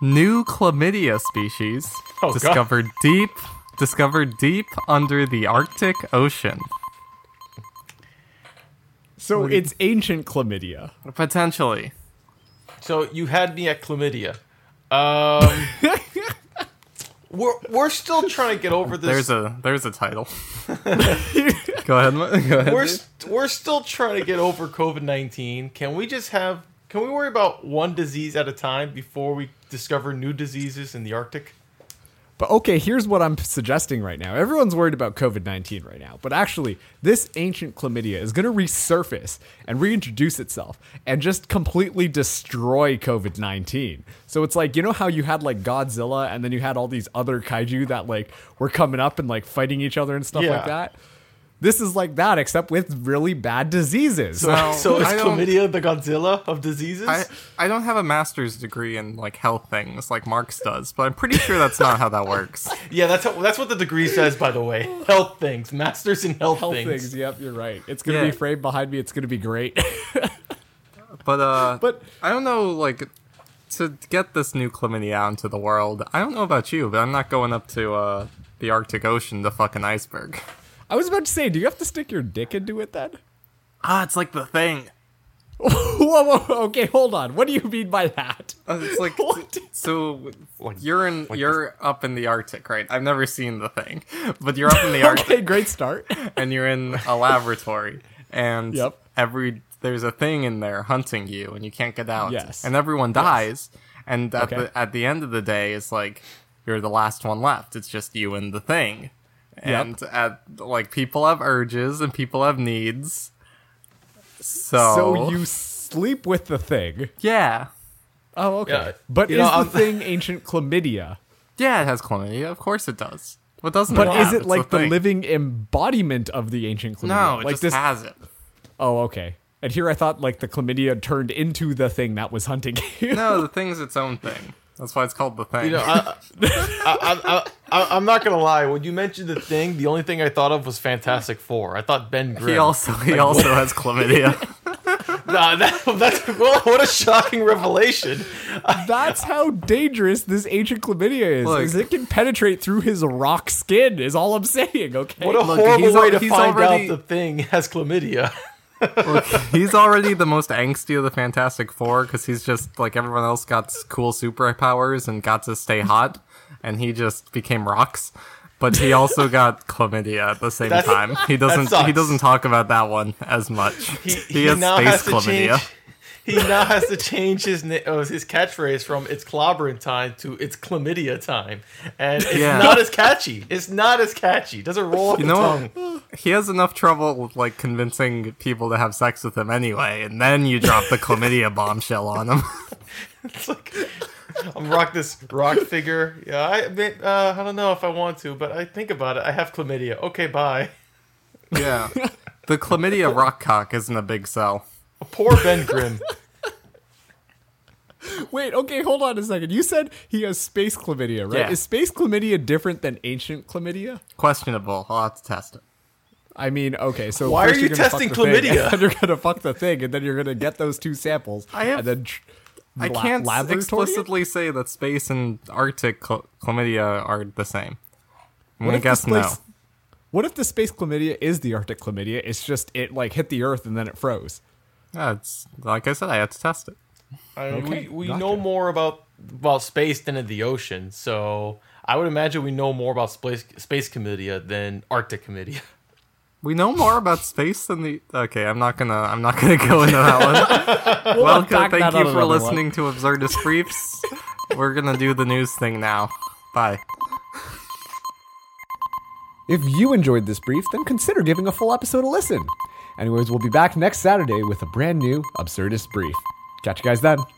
new chlamydia species Oh, God. discovered deep discovered deep under the Arctic Ocean. So it's ancient chlamydia. Potentially. So you had me at chlamydia. Um, we're we're still trying to get over this. There's a there's a title. go ahead. Ma- Go ahead. we're st- we're still trying to get over COVID nineteen. Can we just have? Can we worry about one disease at a time before we discover new diseases in the Arctic? But okay, here's what I'm suggesting right now. Everyone's worried about COVID 19 right now, but actually, this ancient chlamydia is going to resurface and reintroduce itself and just completely destroy COVID 19. So it's like, you know how you had like Godzilla and then you had all these other kaiju that like were coming up and like fighting each other and stuff Yeah. like that? This is like that, except with really bad diseases. Now, so is I don't- chlamydia the Godzilla of diseases? I, I don't have a master's degree in like health things like Marx does, but I'm pretty sure that's not how that works. yeah, that's how, that's what the degree says. By the way, health things, masters in health, Health things. things. Yep, you're right. It's going to Yeah. be framed behind me. It's going to be great. But uh But- I don't know like to get this new chlamydia out into the world. I don't know about you, but I'm not going up to uh the Arctic Ocean to fuck an iceberg. I was about to say, do you have to stick your dick into it then? Ah, it's like the thing. whoa, whoa, whoa, okay, hold on. What do you mean by that? Uh, It's like What? so Like- you're in you're up in the Arctic, right? I've never seen the thing, but you're up in the Arctic. Okay, great start. and you're in a laboratory and Yep. every there's a thing in there hunting you and you can't get out Yes. and everyone dies and at, Okay. the, at the end of the day it's like you're the last one left it's just you and the thing and at like people have urges and people have needs so, So you sleep with the thing. yeah Oh, okay. Yeah. But You is know, the I'm- thing ancient chlamydia? yeah it has chlamydia of course it does what doesn't But it is have? it It's like the thing. living embodiment of the ancient chlamydia? no it like just has it Oh, okay. And here I thought like the chlamydia turned into the thing that was hunting you. no the thing's its own thing that's why it's called the thing You know, I, I, I, I, I'm not gonna lie. When you mentioned the thing, the only thing I thought of was Fantastic Four. I thought Ben Grimm. he also he also has chlamydia Nah, that, that's well, what a shocking revelation. That's how dangerous this ancient chlamydia is. Look. Is it can penetrate through his rock skin? Is all I'm saying. Okay. What a Look, he's horrible al- way to he's find already- out the thing has chlamydia. Look, he's already the most angsty of the Fantastic Four because he's just like everyone else got s- cool superpowers and got to stay hot, and he just became rocks. But he also got chlamydia at the same That's- time. He doesn't. He sucks. doesn't talk about that one as much. He, has space chlamydia. change. He now has to change his na- oh, his catchphrase from "It's clobbering time" to "It's chlamydia time," and it's Yeah. not as catchy. It's not as catchy. Doesn't roll off You the know, tongue. what? he has enough trouble with, like convincing people to have sex with him anyway, and then you drop the chlamydia bombshell on him. It's like I'm rock this rock figure. Yeah, I admit, uh, I don't know if I want to, but I think about it. I have chlamydia. Okay, bye. yeah, the chlamydia rock cock isn't a big sell. Poor Ben Grimm. Wait, okay, hold on a second. You said he has space chlamydia, right? Yeah. Is space chlamydia different than ancient chlamydia? Questionable. I'll have to test it. I mean, okay, so Why first are you're you gonna fuck testing the thing, chlamydia? and then you're gonna fuck the thing, and then you're gonna get those two samples, I have- and then tr- I la- can't s- laboratory it? explicitly say that space and Arctic chla- chlamydia are the same. I'm What gonna if the guess no. space- What if the space chlamydia is the Arctic chlamydia? It's just it like hit the Earth and then it froze. Yeah, it's like I said, I had to test it. I mean, Okay, we we gotcha. know more about about space than in the ocean, so I would imagine we know more about space space chlamydia than Arctic chlamydia. We know more about space than the. Okay, I'm not gonna. I'm not gonna go into that one. Welcome. unpack Thank that you on for another one. listening to Absurdist Briefs. We're gonna do the news thing now. Bye. If you enjoyed this brief, then consider giving a full episode a listen. Anyways, we'll be back next Saturday with a brand new Absurdist Brief. Catch you guys then.